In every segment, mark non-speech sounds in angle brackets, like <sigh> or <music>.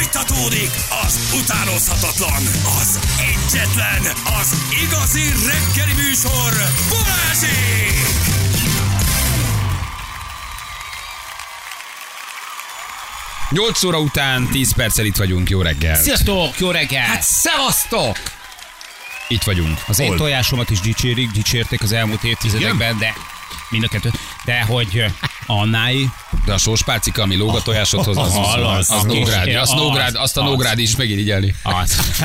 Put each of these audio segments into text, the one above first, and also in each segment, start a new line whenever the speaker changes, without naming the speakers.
Folytatódik az utánozhatatlan, az egyetlen, az igazi reggeli műsor, Balázsék!
Nyolc óra után 10 perccel itt vagyunk, jó reggel.
Sziasztok, jó reggel!
Hát szevasztok! Itt vagyunk.
az én
Hol?
tojásomat is dicsérik, dicsérték az elmúlt évtizedekben, de mind a kettő. De hogy ö, Annái, Ah,
De a sóspálcika, ami lóg a tojásodhoz, az, az,
Hallasz,
az,
az
Nógrádi.
kis-
Azt,
az,
Nógrád, azt a
az.
Nógrádi is
<laughs>
megint igyelni.
Ah, az.
<laughs>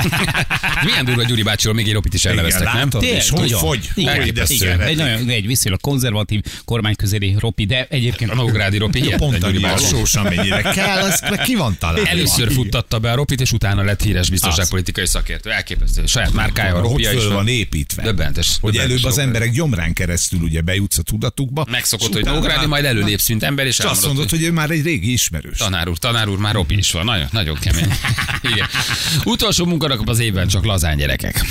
Milyen durva Gyuri bácsiról még egy opit is elneveztek, nem?
Tényleg,
És hogy
nagyon.
fogy?
Igen,
Hogy de
igen.
szőr.
Egy, nagyon, egy viszonylag konzervatív kormányközeli ropi, de egyébként
A Nógrádi Ropi hihetetlen
Pont
Gyuri
annyi a
bácsi.
sós, amennyire kell, azt meg ki van találva.
Először futtatta be a Ropit, és utána lett híres biztonságpolitikai szakértő. Elképesztő. Saját márkája, a
Hogy
Ropia is.
föl van
van.
építve.
Döbbentes.
Hogy
döbbentes
előbb az
dolog.
emberek gyomrán keresztül ugye bejutsz a tudatukba.
Megszokott,
és
hogy
utána
Nógrádi,
már-
majd előlépsz, mint ember, és
És azt
elmondod,
mondod, hogy ő már egy régi ismerős.
Tanár úr, tanár úr, már Robi is van. Nagyon, nagyon
<laughs>
kemény. Igen. Utolsó munkanap az évben csak lazán gyerekek.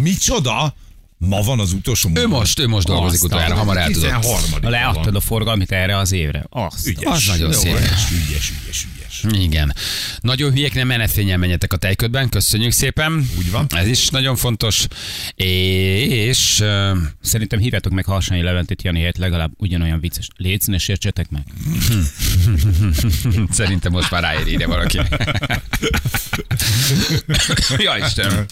Micsoda? Ma van az utolsó
Ő most, ő most dolgozik
Aztán,
utoljára, hamar el tudott.
13.
Ha leadtad a forgalmit erre az évre. Azt.
Ügyes.
Az nagyon
Jó,
szép.
Ügyes, ügyes, ügyes, ügyes.
Igen. Nagyon hülyék, nem menetfényen menjetek a tejködben. Köszönjük szépen.
Úgy van.
Ez is nagyon fontos. És ö,
Szerintem hívjátok meg Harsányi Leventét Jani helyett legalább ugyanolyan vicces. Légy színes, értsetek meg.
<laughs> szerintem most már ráér ide valaki. <laughs> Jaj, Istenem.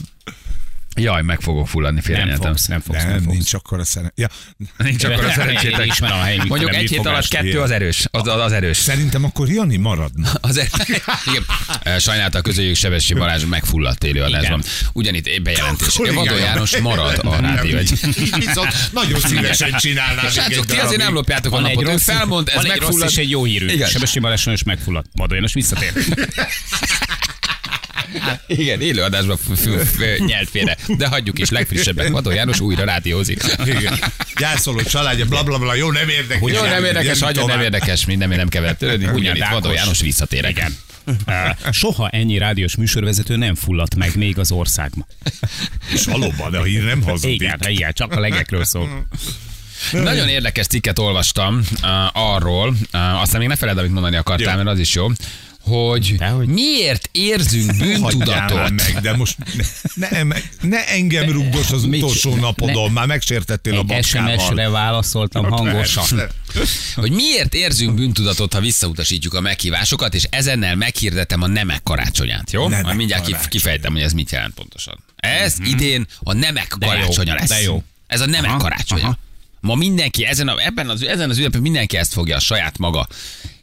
Jaj, meg fogok fulladni,
Nem
félrenyeltem.
fogsz, nem fogsz,
Nem,
nem fogsz.
nincs akkor a szere... Ja,
Nincs akkor a
Én
szerencsétek.
ismerem a helyünk,
Mondjuk
nem
egy hét alatt
műfogást.
kettő az erős. Az, az, az erős.
szerintem akkor Jani maradna. <laughs>
Az e-
<laughs>
Igen. Sajnálta a közöljük Sebesség Balázs megfulladt élő adásban. Ugyanitt bejelentés. Vadó János marad a rádió egy.
Viszont nagyon szívesen csinálnád.
Srácok, ti azért nem lopjátok a napot. Ő felmond, ez
van egy rossz
megfulladt.
és egy jó hírű.
Igen.
Igen. Sebesség Balázs is megfulladt. Madó János
<laughs>
visszatér.
Igen, élő adásban f-
<laughs>
f- f- nyelt félre. De hagyjuk is, legfrissebbek. Vadó János újra rádiózik.
Gyászoló családja, blablabla, bla, bla, jó, nem érdekes.
Jó, nem érdekes,
Jön
hagyja,
tovább.
nem érdekes, minden, nem kell törődni. Ugyanitt
Dákos.
Vadó János visszatér. Igen.
Soha ennyi rádiós műsorvezető nem fulladt meg még az országban.
És valóban, a hír nem hazudik.
Igen, igen, csak a legekről szól.
<laughs> Nagyon érdekes cikket olvastam uh, arról, uh, aztán még ne feled, amit mondani akartál, mert az is jó, hogy
Dehogy.
miért érzünk
Hagyjál már
bűntudatot.
meg, de most ne, ne, ne engem rugdos az
Mit-
utolsó napodon, már megsértettél a
Egy
babkával.
SMS-re válaszoltam hangosan.
Hogy miért érzünk bűntudatot, ha visszautasítjuk a meghívásokat, és ezennel meghirdetem a nemek karácsonyát, jó?
Nemek
Majd mindjárt karácsony.
karácsony.
kifejtem, hogy ez mit jelent pontosan. Ez mm-hmm. idén a nemek
jó,
karácsonya lesz.
Mhm. de jó.
Ez a nemek aha,
Aha,
karácsonya. Aha.
aha.
Ma mindenki ezen, a, ebben az, ezen az ünnepen mindenki ezt fogja a saját maga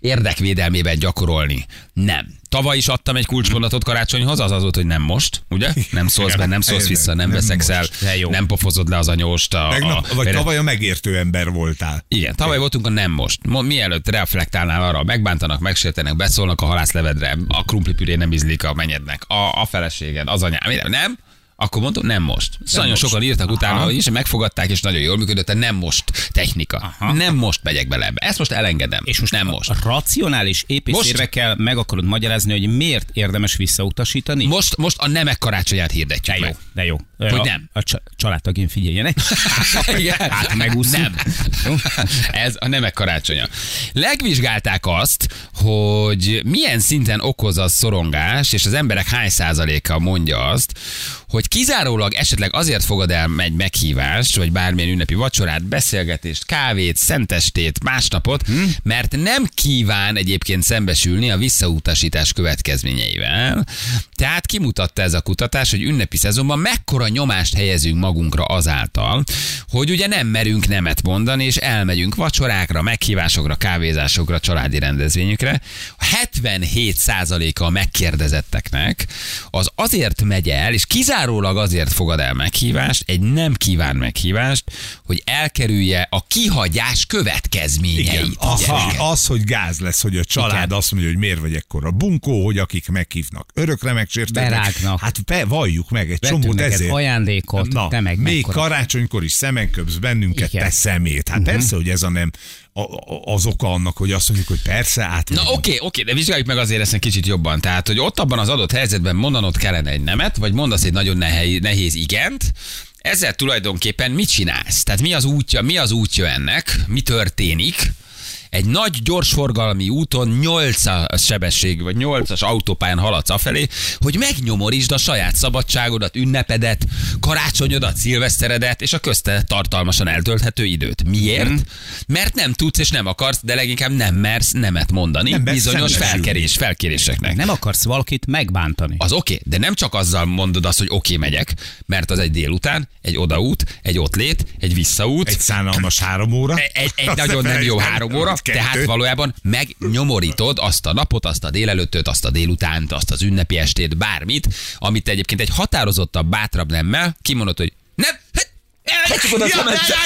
érdekvédelmében gyakorolni. Nem. Tavaly is adtam egy kulcsmondatot karácsonyhoz, az az volt, hogy nem most, ugye? Nem szólsz be, nem szólsz
tényleg,
vissza, nem,
nem
veszeksz el,
most. De jó.
nem pofozod le az anyóst. A,
Tegnap,
a,
vagy
a,
tavaly a megértő ember voltál.
igen, tavaly voltunk a nem most. Mo- Mielőtt reflektálnál arra, megbántanak, megsértenek, beszólnak a halászlevedre, a krumplipüré nem ízlik a menyednek, a, a feleséged, az anyám, minden, nem? Akkor mondtam, nem most. Szóval nagyon sokan írtak utána, hogy és megfogadták, és nagyon jól működött a nem most technika. Aha. Nem most megyek bele ebbe. Ezt most elengedem. És most nem most.
Racionális épész
Most-
érvekkel meg akarod magyarázni, hogy miért érdemes visszautasítani?
Most, most a nemek karácsonyát hirdetjük
de jó,
meg.
de jó.
Hogy
a,
nem.
A csa- családtagén figyeljenek.
<laughs> Igen.
Hát megúszunk.
Nem. <laughs> Ez a nemek karácsonya. Legvizsgálták azt, hogy milyen szinten okoz a szorongás, és az emberek hány százaléka mondja azt, hogy kizárólag esetleg azért fogad el egy meghívást, vagy bármilyen ünnepi vacsorát, beszélgetést, kávét, szentestét, másnapot,
Hm?
hmm? mert nem kíván egyébként szembesülni a visszautasítás következményeivel. Tehát kimutatta ez a kutatás, hogy ünnepi szezonban mekkora nyomást helyezünk magunkra azáltal, hogy ugye nem merünk nemet mondani, és elmegyünk vacsorákra, meghívásokra, kávézásokra, családi rendezvényükre. 77%-a a megkérdezetteknek az azért megy el, és kizárólag azért fogad el meghívást, egy nem kíván meghívást, hogy elkerülje a kihagyás következményeit.
Igen, az,
gyerekek.
az, hogy gáz lesz, hogy a család
Igen.
azt mondja, hogy miért vagy ekkora bunkó, hogy akik meghívnak, örökre megsértenek.
Berágnak.
Hát be, valljuk meg egy
Vettünk
csomót
neked
ezért.
ajándékot,
Na,
te meg
még
mekkora-
karácsonykor is szemen köpsz bennünket,
Igen. Mhm.
te szemét. Hát persze, hogy ez a nem a, a, az oka annak, hogy azt mondjuk, hogy persze, át.
Na oké, oké, de vizsgáljuk meg azért ezt egy kicsit jobban. Tehát, hogy ott abban az adott helyzetben mondanod kellene egy nemet, vagy mondasz egy nagyon nehéz, nehéz igent, ezzel tulajdonképpen mit csinálsz? Tehát mi az útja, mi az útja ennek, mi történik? egy nagy gyorsforgalmi úton 8-as sebesség, vagy 8-as autópályán haladsz afelé, hogy megnyomorítsd a saját szabadságodat, ünnepedet, karácsonyodat, szilveszteredet, és a közte tartalmasan eltölthető időt. Miért? Mert nem tudsz és nem akarsz, de leginkább nem mersz nemet mondani nem
Nem mersz
bizonyos
szembesülni.
felkerés, felkéréseknek.
Nem akarsz valakit megbántani.
Az oké, okay, de nem csak azzal mondod azt, hogy oké, okay, megyek, mert az egy délután, egy odaút, egy ottlét, egy visszaút,
Egy szánalmas három óra.
egy, E- egy, egy
Azt ne
nagyon nem jó
felejtsd el,
három óra,
vagy kettő.
tehát valójában megnyomorítod azt a napot, azt a délelőttöt, azt a délutánt, azt az ünnepi estét, bármit, amit egyébként egy határozottabb, bátrabb nemmel kimondod, hogy nem, hát, elhagyjuk oda a
Ja,
szemetet.
jaj,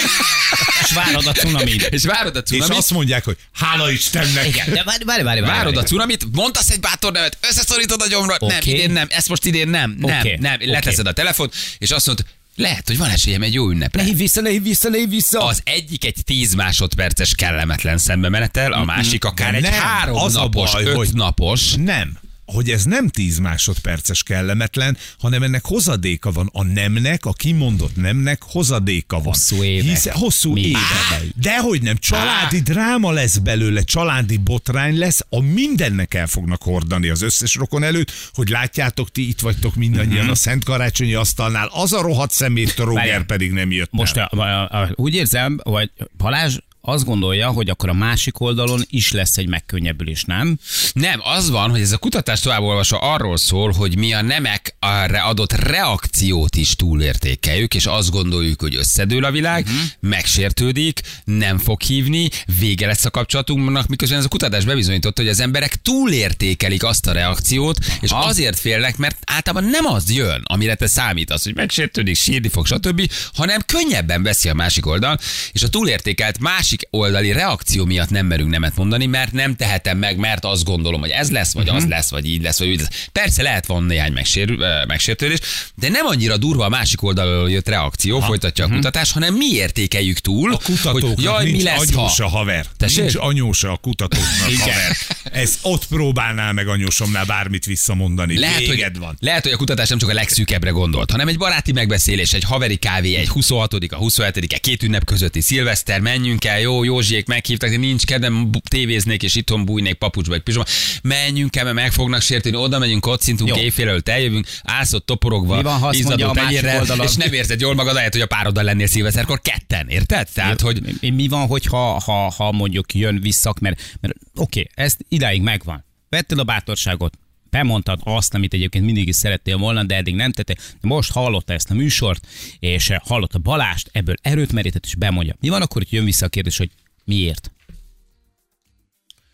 És várod a cunamit.
és várod a
És
cunamit,
azt mondják, hogy hála Istennek.
Igen, de várj, várj, várj.
Várod a
várj.
cunamit, mondasz egy bátor nevet, összeszorítod a gyomrot. Okay. Nem,
Oké.
idén nem, ezt most idén nem, nem,
Oké.
nem.
Oké.
Leteszed a telefont, és azt mondod, lehet, hogy van esélyem egy jó ünnepre.
Ne hívj vissza, ne hívj vissza, ne hívj vissza.
Az egyik egy 10 másodperces kellemetlen szembe menetel, a másik akár
De
egy
nem,
három
az a
napos,
baj,
öt
hogy-
napos.
Nem. Hogy ez nem 10 másodperces kellemetlen, hanem ennek hozadéka van. A nemnek, a kimondott nemnek hozadéka van.
Hosszú évek.
Hiszen- hosszú
Még.
évek. Dehogy nem. Családi dráma lesz belőle, családi botrány lesz, a mindennek el fognak hordani az összes rokon előtt, hogy látjátok, ti itt vagytok mindannyian
Mhm.
a Szent Karácsonyi asztalnál. Az a rohadt szemét, a Roger
Várjál.
pedig nem jött
Most
el.
a, a, a, úgy érzem, vagy Balázs azt gondolja, hogy akkor a másik oldalon is lesz egy megkönnyebbülés, nem?
Nem, az van, hogy ez a kutatás továbbolvasva arról szól, hogy mi a nemek arra adott reakciót is túlértékeljük, és azt gondoljuk, hogy összedől a világ, uh-huh. megsértődik, nem fog hívni, vége lesz a kapcsolatunknak, miközben ez a kutatás bebizonyította, hogy az emberek túlértékelik azt a reakciót, és azért félnek, mert általában nem az jön, amire te számítasz, hogy megsértődik, sírni fog, stb., hanem könnyebben veszi a másik oldal, és a túlértékelt másik oldali reakció miatt nem merünk nemet mondani, mert nem tehetem meg, mert azt gondolom, hogy ez lesz, vagy
Mhm.
az lesz, vagy így lesz, vagy úgy lesz. Persze lehet van néhány megsérül, ö, megsértődés, de nem annyira durva a másik oldalról jött reakció, folytatja a kutatás, hanem mi értékeljük túl,
Mhm. A kutatóknak
hogy jaj,
nincs
mi lesz, ha.
anyósa haver.
Tessék?
Nincs anyósa a kutatóknak haver. Ez ott próbálná meg anyósomnál bármit visszamondani.
Lehet hogy,
Véged van.
lehet, hogy a kutatás nem csak a legszűkebbre gondolt, hanem egy baráti megbeszélés, egy haveri kávé, egy 26 a 27 -e, két ünnep közötti szilveszter, menjünk el, jó, Józsiék meghívtak, de nincs kedvem, bu- tévéznék és itthon bújnék papucsba egy pizsoma. Menjünk el, mert meg fognak sértődni, oda megyünk, kocintunk,
Jó.
éjfél előtt eljövünk, ászott toporogva,
Mi van, ha azt mondja a másik
tenyérrel,
oldalon?
és nem érzed jól magad, ahelyett, hogy a pároddal lennél szilveszterkor ketten, érted? Hát, Tehát, hogy
Mi, mi van, hogy ha, ha, ha mondjuk jön vissza, mert, mert oké, okay, ezt idáig megvan. Vettél a bátorságot, bemondtad azt, amit egyébként mindig is szerettél volna, de eddig nem tette. De most hallotta ezt a műsort, és eh, hallotta Balást, ebből erőt merített, és bemondja. Mi van akkor, hogy jön vissza a kérdés, hogy miért?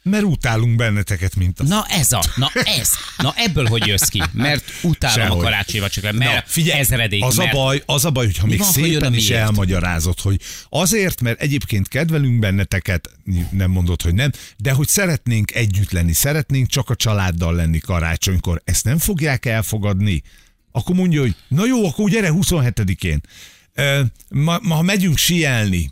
Mert utálunk benneteket, mint a...
Na ez a, na ez, na ebből hogy jössz ki? Mert utálom
Sehogy.
a karácsonyi vacsorát, mert na, figyelj, ezredék,
az
mert
a baj, az a baj, hogyha még
van, ha jön a
szépen is
miért?
elmagyarázott, hogy azért, mert egyébként kedvelünk benneteket, nem mondod, hogy nem, de hogy szeretnénk együtt lenni, szeretnénk csak a családdal lenni karácsonykor, ezt nem fogják elfogadni, akkor mondja, hogy na jó, akkor gyere 27-én. Ö, Ma, ma, ha megyünk sielni,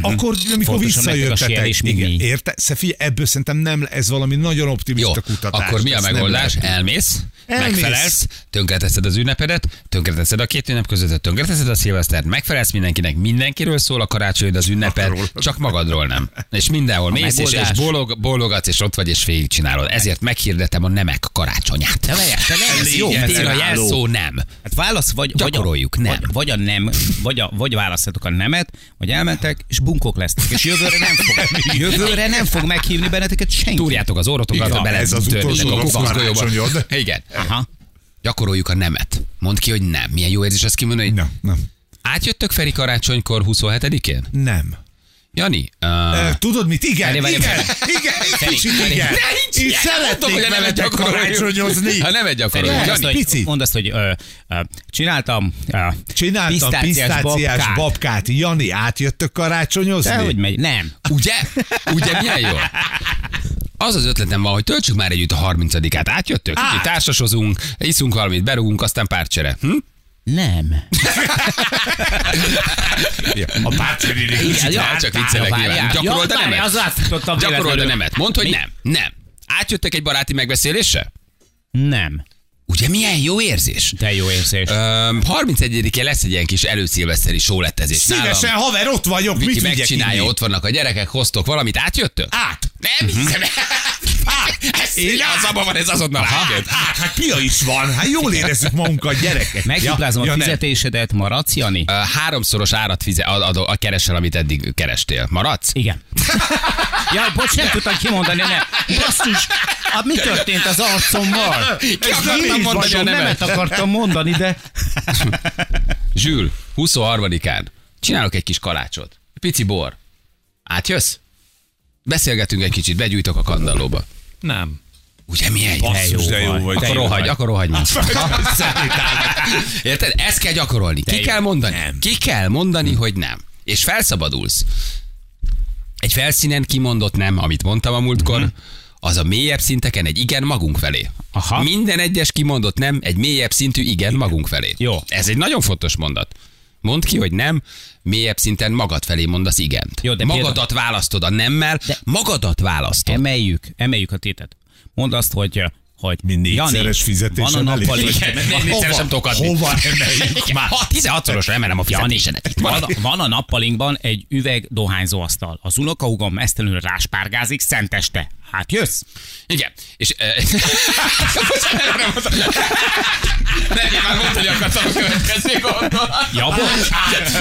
akkor, amikor
Mhm. Fontosan nektek a
visszajöttetek,
sielés, mint mi.
érte? Sze- figyelj, ebből szerintem nem, le- ez valami nagyon
Jó,
optimista kutatás.
akkor mi a
ezt nem
megoldás?
lehet.
Elmész,
Elmész.
megfelelsz, tönkreteszed az ünnepedet, tönkreteszed a két ünnep között, tönkreteszed a szilvesztert, megfelelsz mindenkinek, mindenkiről szól a karácsonyod az ünneped, csak magadról nem. És mindenhol mész, és, és
megoldás-
bolog, bologatsz, és ott vagy, és végigcsinálod. Ezért meghirdetem a nemek karácsonyát. Te
vejed, te vejed,
Ez jó,
légy
mert a
ellenálló.
jelszó nem.
Hát válasz, vagy,
Gyakoroljuk,
vagy, a,
nem.
Vagy, vagy a nem, vagy, a, vagy választhatok a nemet, vagy elmentek, és bunkok lesznek, és jövőre nem fog, jövőre nem fog meghívni benneteket senki.
Túrjátok az orrotokat,
Igen,
bele
ez az
törnétek
utolsó
a
rossz
kukancgolyóba.
karácsonyod.
Igen.
Aha.
Gyakoroljuk a nemet. Mondd ki, hogy nem. Milyen jó érzés azt kimondani, hogy
Nem, nem.
átjöttök Feri karácsonykor 27-én?
Nem.
Jani, uh,
Ö, Tudod mit? Igen,
Várj,
igen,
várj,
igen,
várj.
egy
Feri,
kicsit
Feri.
igen.
De nincs
Én
ilyen. Mondom, hogy
szeretnék
a nemet
veletek
gyakoroljuk.
karácsonyozni.
Ha nem egy gyakoroljuk,
Lehet,
Mondd azt,
Jani.
hogy-
hogy,
pici.
mondd azt, hogy ö, ö, csináltam, ö,
Csináltam pisztáciás, babkát. babkát. Jani, átjöttök karácsonyozni?
De hogy megy? Nem.
Ugye? Ugye milyen jó? Az az ötletem van, hogy töltsük már együtt a 30-át. Átjöttök? Át. társasozunk, iszunk valamit, berúgunk, aztán párcsere. Hm?
Nem.
A pártfelirék
Igen, jó, csak viccelek nyilván. Gyakorold a nemet?
Az látszottam
Gyakorold a
véletlenül.
nemet. Mondd, hogy
Mi?
nem. Nem. Átjöttek egy baráti megbeszélésre?
Nem.
Ugye milyen jó érzés?
De jó érzés.
Öm, 31-én lesz egy ilyen kis előszilveszteri sóletezés.
Szívesen, haver, ott vagyok, mit
Viki
vigyek
megcsinálja,
inni?
ott vannak a gyerekek, hoztok valamit, átjöttök?
Át.
Nem hiszem. Ez
Én
az abban van, ez azonnal
Hát,
átjött.
hát, hát pia is van, hát jól érezzük magunkat, gyerekek.
Megduplázom ja, a
nem.
fizetésedet, maradsz, Jani?
Ö, Háromszoros árat fize, ad, ad, a keresel, amit eddig kerestél. Maradsz?
Igen. ja, bocs, nem tudtam kimondani, nem. Basszus, hát mi történt az arcommal?
Ki akartam mondani a nemet?
nemet akartam mondani, de...
Zsül, 23-án csinálok egy kis kalácsot. Pici bor. Átjössz? Beszélgetünk egy kicsit, begyújtok a kandallóba.
Nem.
Ugye milyen jó?
Basszus, de jó vagy.
Akkor
Te jó
rohagy,
vagy.
akkor
<laughs>
rohagy már. Érted? Ezt kell gyakorolni. Ki kell mondani? Ki kell mondani,
Hm.
hogy nem. És felszabadulsz. Egy felszínen kimondott nem, amit mondtam a
Hm.
múltkor, az a mélyebb szinteken egy igen magunk felé.
Aha.
Minden egyes kimondott nem, egy mélyebb szintű igen magunk felé.
Jó.
Ez egy nagyon fontos mondat. Mondd ki, hogy nem, mélyebb szinten magad felé mondasz igent.
Jó, de
magadat választod a nemmel, magadat választod.
Emeljük, emeljük a tétet. Mondd azt, hogy eh, hogy
Mi négyszeres fizetésen
van a
elég?
nappali,
Én négyszer sem tudok adni.
Hova emeljük már?
Ha 16-szoros emelem a
Jani,
fizetésedet. Itt
van,
van.
a, van a nappalinkban egy üveg dohányzóasztal. Az unokahúgom mesztelenül ráspárgázik szenteste. Hát jössz?
Igen. És... <laughs> eh, Bocsánat, nem mondtam. Nem, én már mondtam, hogy akartam a következő gondolat. Hát,
Ja, bocs.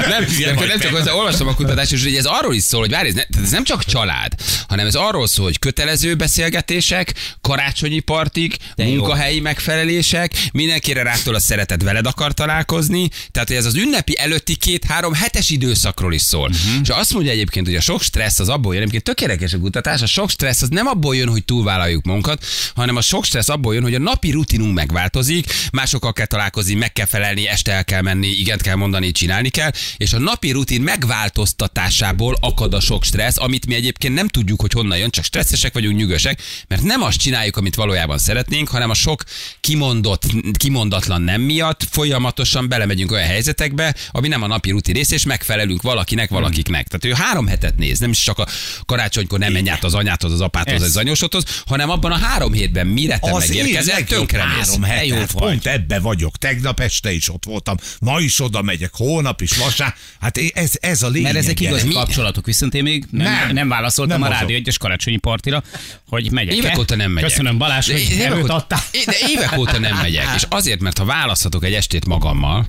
Nem, de akkor nem csak hozzá, olvastam a kutatást, és ugye ez arról is szól, hogy várj, ez, ne, tehát ez nem csak család, hanem ez arról szól, hogy kötelező beszélgetések, karácsonyi partik,
jó.
munkahelyi megfelelések, mindenkire rától a szeretet veled akar találkozni, tehát hogy ez az ünnepi előtti két-három hetes időszakról is szól. Uh-huh. És azt mondja egyébként, hogy a sok stressz az abból jön, egyébként tökéletes a kutatás, a sok stressz az nem abból jön, hogy túlvállaljuk magunkat, hanem a sok stressz abból jön, hogy a napi rutinunk megváltozik, másokkal kell találkozni, meg kell felelni, este el kell menni, igent kell mondani, csinálni kell, és a napi rutin megváltoztatásából akad a sok stressz, amit mi egyébként nem tudjuk, hogy honnan jön, csak stresszesek vagyunk, nyugösek, mert nem azt csináljuk, amit valójában szeretnénk, hanem a sok kimondott, kimondatlan nem miatt folyamatosan belemegyünk olyan helyzetekbe, ami nem a napi rutin rész, és megfelelünk valakinek, valakiknek. Tehát ő három hetet néz, nem is csak a karácsonykor nem menj át az anyáthoz, az apáthoz,
Ez.
az anyósodhoz, hanem abban a három hétben, mire te
az
megérkezel,
év legjobb
tönkre mész.
három
De jó
hetet, Hát
vagy.
pont ebbe vagyok. Tegnap este is ott voltam, ma is oda megyek, holnap is vasár. Hát é- ez, ez a lényeg.
Mert ezek igazi
Mi?
kapcsolatok, viszont én még nem,
Nem.
nem, nem válaszoltam nem
Nem
a
azok.
Rádió egyes karácsonyi partira, hogy megyek
Évek óta nem megyek.
Köszönöm Balázs,
De
hogy
évek
erőt
óta-
adtál.
É, De évek óta
<laughs>
nem megyek, és azért, mert ha választhatok egy estét magammal,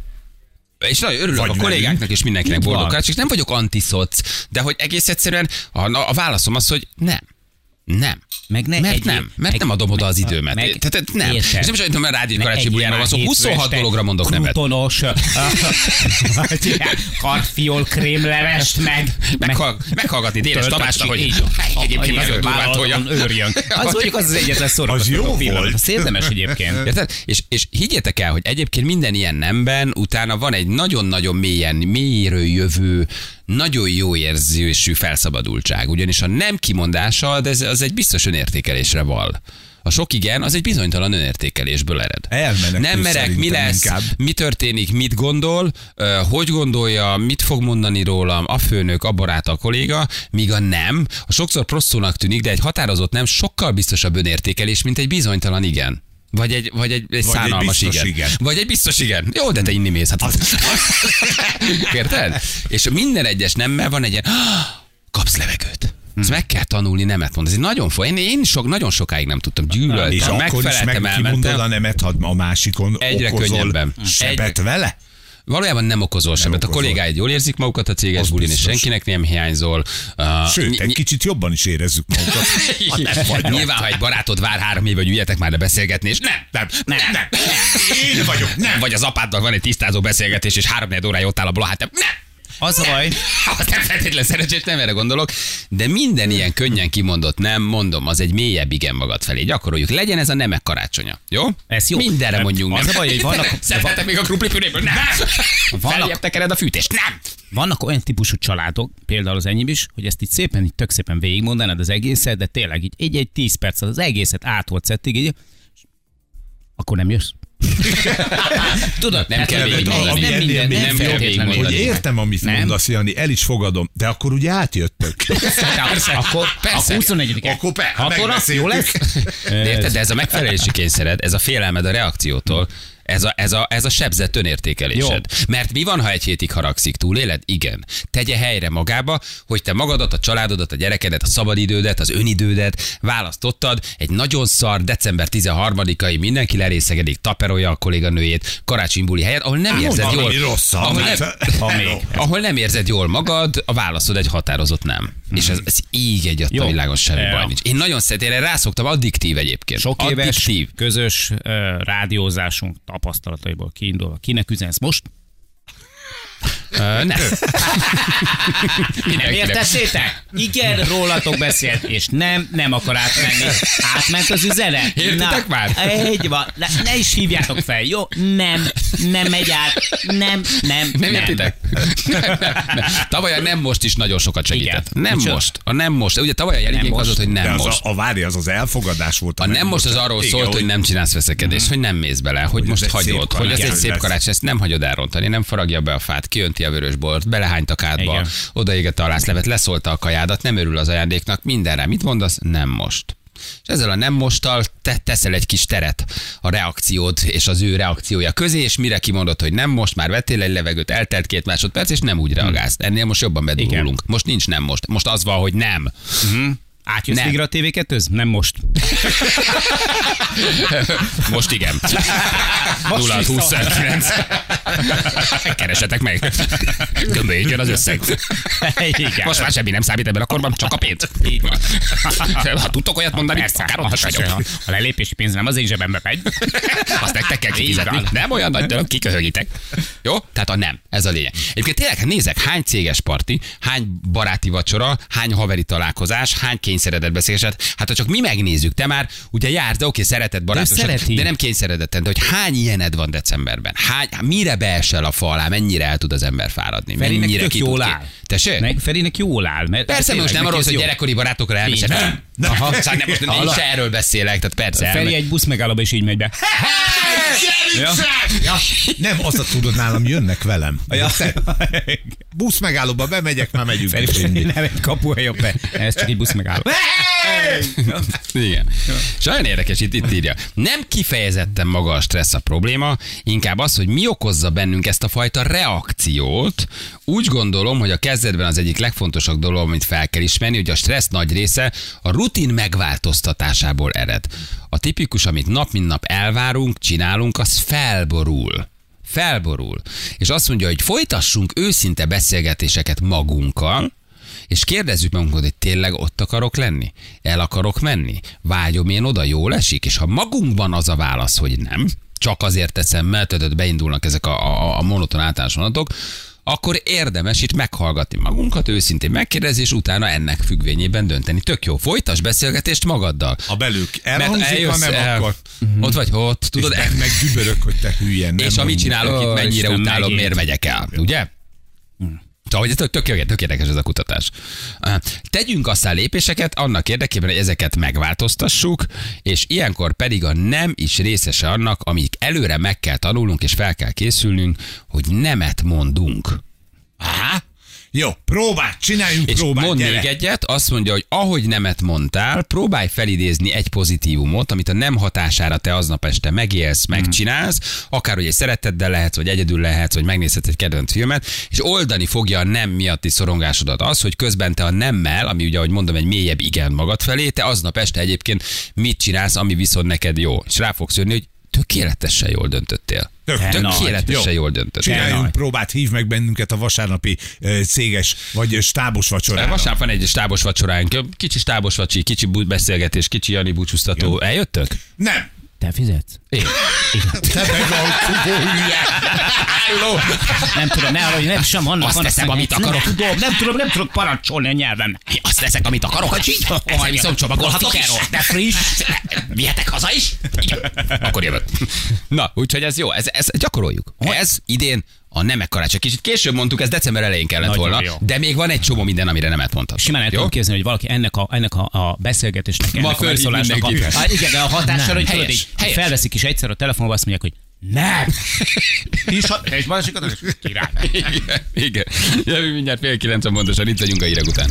és nagyon örülök
Vagy
a kollégáknak és mindenkinek
Így van.
boldog és nem vagyok antiszoc, de hogy egész egyszerűen a, a válaszom az, hogy nem. Nem.
Meg ne
mert
egyéb-
nem, mert
meg-
nem adom oda az
meg-
időmet.
meg-
Tehát tehát nem. És
érted.
nem is olyan, a rádió
Ne
karácsony
egyél
buliáról
már
van szó,
hétfő
26
este
dologra mondok nevet.
Krutonos, vagy ilyen karfiol krémlevest, meg,
Meghall, meghallgatni Dénes
Töltöm
Tamásnak,
ki,
hogy
így van.
egyébként
Ilyen
nagyon durvát, hogy
vállalon
<laughs>
őrjön. Az mondjuk az az egyetlen szórakoztató
jó
pillanat.
volt.
Azt érdemes egyébként.
Érted? És, és higgyétek el, hogy egyébként minden ilyen nemben utána van egy nagyon-nagyon mélyen, mélyről jövő, nagyon jó érzésű felszabadultság. Ugyanis a nem kimondása, de ez, az egy biztos önértékelésre val. A sok igen, az egy bizonytalan önértékelésből ered.
Elmenekül
nem merek, mi
szerintem
lesz,
inkább.
mi történik, mit gondol, ö, hogy gondolja, mit fog mondani rólam a főnök, a barát, a kolléga, míg a nem, a sokszor prostúnak tűnik, de egy határozott nem sokkal biztosabb önértékelés, mint egy bizonytalan igen. Vagy egy, vagy egy, egy szánalmas
biztos
igen.
igen.
Vagy egy biztos igen. Jó, de te inni mész. Hát. Érted? És minden egyes nemmel van egy ilyen, "Ah, kapsz levegőt.
Hm.
Ezt meg kell tanulni nemet mondani. Ez egy nagyon fontos. Én, én sok, nagyon sokáig nem tudtam. Gyűlöltem,
És akkor is
megfeleltem,
meg kimondod
elmentem.
a nemet, ha a másikon
Egyre
okozol
könnyebben.
sebet vele?
Valójában nem okozol sebet. A
okozol.
kollégáid jól érzik magukat a céges
Az
bulin, és
biztos.
senkinek nem hiányzol. Uh, ny-
Sőt, egy
ny-
kicsit jobban is érezzük magunkat.
<laughs>
Ha nem vagyok.
Nyilván, ha egy barátod vár három év, hogy üljetek már le beszélgetni, és nem,
Nem, nem, nem, Én vagyok, nem.
vagy az apáddal van egy tisztázó beszélgetés, és három órája ott áll a blahát, nem, nem, <laughs>
Az a baj,
az nem feltétlen szerencsés, nem erre gondolok, de minden ilyen könnyen kimondott nem, mondom, az egy mélyebb igen magad felé. Gyakoroljuk, legyen ez a nemek karácsonya, jó?
Ez jó.
Mindenre
Nem.
mondjunk
Az
nem.
a baj, hogy vannak-
Szeretetek még a krupli püréből? Nem!
Vannak-
Vannak... tekered a fűtést? Nem!
vannak olyan típusú családok, például az enyém is, hogy ezt így szépen, így tök szépen végigmondanád az egészet, de tényleg így egy-egy tíz perc az egészet átholt szettig, így, és akkor nem jössz. Tudod,
Nem
hát
kell
nem-
végigmondani.
Nem minden, nem
Nem kell
feltétlenül.
végigmondani.
Hogy
Mondani.
értem, amit
Nem.
mondasz, Jani, el is fogadom, de akkor úgy átjöttök.
Persze, e- akkor,
persze.
persze. Akkor 24
Akkor pe-
Akkor az jó lesz.
De érted, de ez a megfelelési kényszered, ez a félelmed a reakciótól, ez a, ez a, ez a sebzett önértékelésed. Jó. Mert mi van, ha egy hétig haragszik, túléled? Igen. Tegye helyre magába, hogy te magadat, a családodat, a gyerekedet, a szabadidődet, az önidődet választottad egy nagyon szar december 13-ai mindenki lerészegedik, taperolja a kolléganőjét, karácsonybuli helyet, ahol nem érzed
Mondom,
jól.
ami rosszabb.
Ahol nem,
Hát,
ha még.
ahol nem érzed jól magad, a válaszod egy határozott nem. És ez, ez így egy a
Jó.
világon semmi
Ja.
baj nincs. Én nagyon szeretem, erre rászoktam, addiktív egyébként.
Sok éves
addiktív.
közös ö, rádiózásunk tapasztalataiból kiindulva. Kinek üzensz most?
Ö, <laughs> nem.
Nem értettétek? Igen, rólatok beszélt, és nem, nem akar átmenni. Átment az üzenet.
Értitek már?
Egy van. Ne, ne is hívjátok fel, jó? Nem, nem megy át. Nem, nem, <laughs>
Nem értitek? Nem, nem, nem. Tavaly a nem most is nagyon sokat segített.
Igen.
Nem
Micsoda?
most. A nem most. Ugye tavaly a jelikénk az volt, hogy
De
nem
az
most.
a, a várj, az az elfogadás volt.
A nem most az arról
Igen, Mhm.
szólt, hogy nem csinálsz veszekedést, hogy nem mész bele, hogy
ez
most
egy szép
hagyod, hogy ez
karácsony
egy szép
lesz.
karácsony, ezt nem hagyod elrontani, nem faragja be a fát, kiönti a vörös bort, belehányt a kádba,
Igen.
odaégette a lászlevet, leszólta a kajádat, nem örül az ajándéknak, mindenre. Mit mondasz? Nem most. És ezzel a nem mostal te teszel egy kis teret a reakciód és az ő reakciója közé, és mire kimondod, hogy nem most, már vettél egy levegőt, eltelt két másodperc, és nem úgy
Hm.
reagálsz. Ennél most jobban bedurulunk. Most nincs nem most. Most az van, hogy nem.
Átjössz
Nem.
végre a tv 2 Nem most.
<laughs> Most igen. 0 29. Keresetek meg. Gömbölyödjön az összeg.
Igen.
<laughs> Most már semmi nem számít ebben a korban, csak a pénz.
Így van.
Ha tudtok olyat mondani,
Persze,
akár ott is
persze,
vagyok.
A lelépési pénz nem az én zsebembe megy.
Azt nektek kell kifizetni.
Így van.
Nem olyan nagy dolog, kiköhögitek. Jó? Tehát a nem. Ez a lényeg. Egyébként tényleg, hát nézek, hány céges parti, hány baráti vacsora, hány haveri találkozás, hány kényszeredett beszélgetés. Hát ha csak mi megnézzük, te már ugye jársz, de oké, szereted barátokat,
szereti.
de nem kényszeredetten, de hogy hány ilyened van decemberben? Hány, mire beesel a fa alá, mennyire el tud az ember fáradni?
Ferinek
mennyire
tök
ki tud
jól
ki-
áll.
Tessék?
Meg Ferinek jól áll. Mert
Persze,
tényleg
most nem
neki
arról,
ez
hogy
jó.
gyerekkori barátokra elmesek.
van.
Nem, nem. Aha, szóval nem, most nem,
Hallod?
is erről beszélek, tehát persze.
Feri
elme-
egy busz megállóba is így megy be. Ja.
Nem, azt a tudod, nálam jönnek velem. Ja. Busz megállóba bemegyek, már megyünk.
Feri nem egy kapu a jobb be. Ez csak egy busz megálló.
Igen. És nagyon érdekes, itt, itt írja. Nem kifejezetten maga a stressz a probléma, inkább az, hogy mi okozza bennünk ezt a fajta reakciót. Úgy gondolom, hogy a kezdetben az egyik legfontosabb dolog, amit fel kell ismerni, hogy a stressz nagy része a rutin megváltoztatásából ered. A tipikus, amit nap mint nap elvárunk, csinálunk, az felborul felborul, és azt mondja, hogy folytassunk őszinte beszélgetéseket magunkkal, és kérdezzük magunkat, hogy tényleg ott akarok lenni? El akarok menni? Vágyom én oda? Jól esik? És ha magunkban az a válasz, hogy nem, csak azért teszem, mert ötöt beindulnak ezek a, a, a monoton általános vonatok, akkor érdemes itt meghallgatni magunkat, őszintén megkérdezni, és utána ennek függvényében dönteni. Tök jó, folytas beszélgetést magaddal.
A belül elhangzik, ha
eljössz
nem,
el-
akkor...
Ott vagy ott, tudod,
Tudod,
el-
meg dübörök, hogy te hülye. nem
és amit
mondjuk.
csinálok
Ó,
itt, mennyire
Isten,
utálom,
megint.
miért megyek el, ugye? Szóval, hogy ez tök, tök, tök érdekes ez a kutatás. Aha. Tegyünk aztán lépéseket annak érdekében, hogy ezeket megváltoztassuk, és ilyenkor pedig a nem is részese annak, amik előre meg kell tanulnunk és fel kell készülnünk, hogy nemet mondunk.
Á, Jó, próbált, csináljunk
És
próbát,
mond
gyere.
még egyet, azt mondja, hogy ahogy nemet mondtál, próbálj felidézni egy pozitívumot, amit a nem hatására te aznap este megélsz,
Hmm.
megcsinálsz, akár hogy egy szereteddel lehetsz, vagy egyedül lehetsz, vagy megnézhetsz egy kedvenc filmet, és oldani fogja a nem miatti szorongásodat az, hogy közben te a nemmel, ami ugye, ahogy mondom, egy mélyebb igen magad felé, te aznap este egyébként mit csinálsz, ami viszont neked jó. És rá fogsz jönni, hogy tökéletesen jól döntöttél.
Tök-
Tök-
Tök nagy.
Tökéletesen
Jó.
jól döntöttél.
Csináljunk próbát, hív meg bennünket a vasárnapi ö, céges vagy ö, stábos
Mert
vacsorára.
Vasárnap van egy stábos vacsoránk, kicsi stábos vacsi, kicsi bu- beszélgetés, kicsi Jani búcsúztató. Eljöttök?
Nem,
Te fizetsz?
Én.
te meg a
<laughs>
kubó hülye.
Álló!
Nem tudom, ne arra, hogy nem sem vannak.
Azt
vannak
teszem, amit
nem
akarok.
tudom, nem tudom, nem tudok parancsolni a nyelvem.
Azt teszek, amit akarok, hogy így. Ezzel viszont csomagolhatok erről.
De friss.
Vihetek haza is? Igen. Akkor jövök. Na, úgyhogy ez jó, ez, ez gyakoroljuk. Ez idén a nemek karácsony. Kicsit később mondtuk, ez december elején kellett
Nagyon
volna,
jó.
de még van egy csomó minden, amire nemet mondhat.
Simán el tudom képzelni, hogy valaki ennek a, ennek a, a beszélgetésnek, ennek a
fölhív
megszólásnak a,
mindenkit.
a, igen, de a hatással,
Nem.
hogy tudod,
Helyes,
így
helyes.
felveszik is egyszer a telefonba, azt mondják, hogy
<laughs>
Nem! És, a, és másikat az király.
Igen. Igen. Jövő mindjárt fél kilenc pontosan, itt vagyunk a hírek után.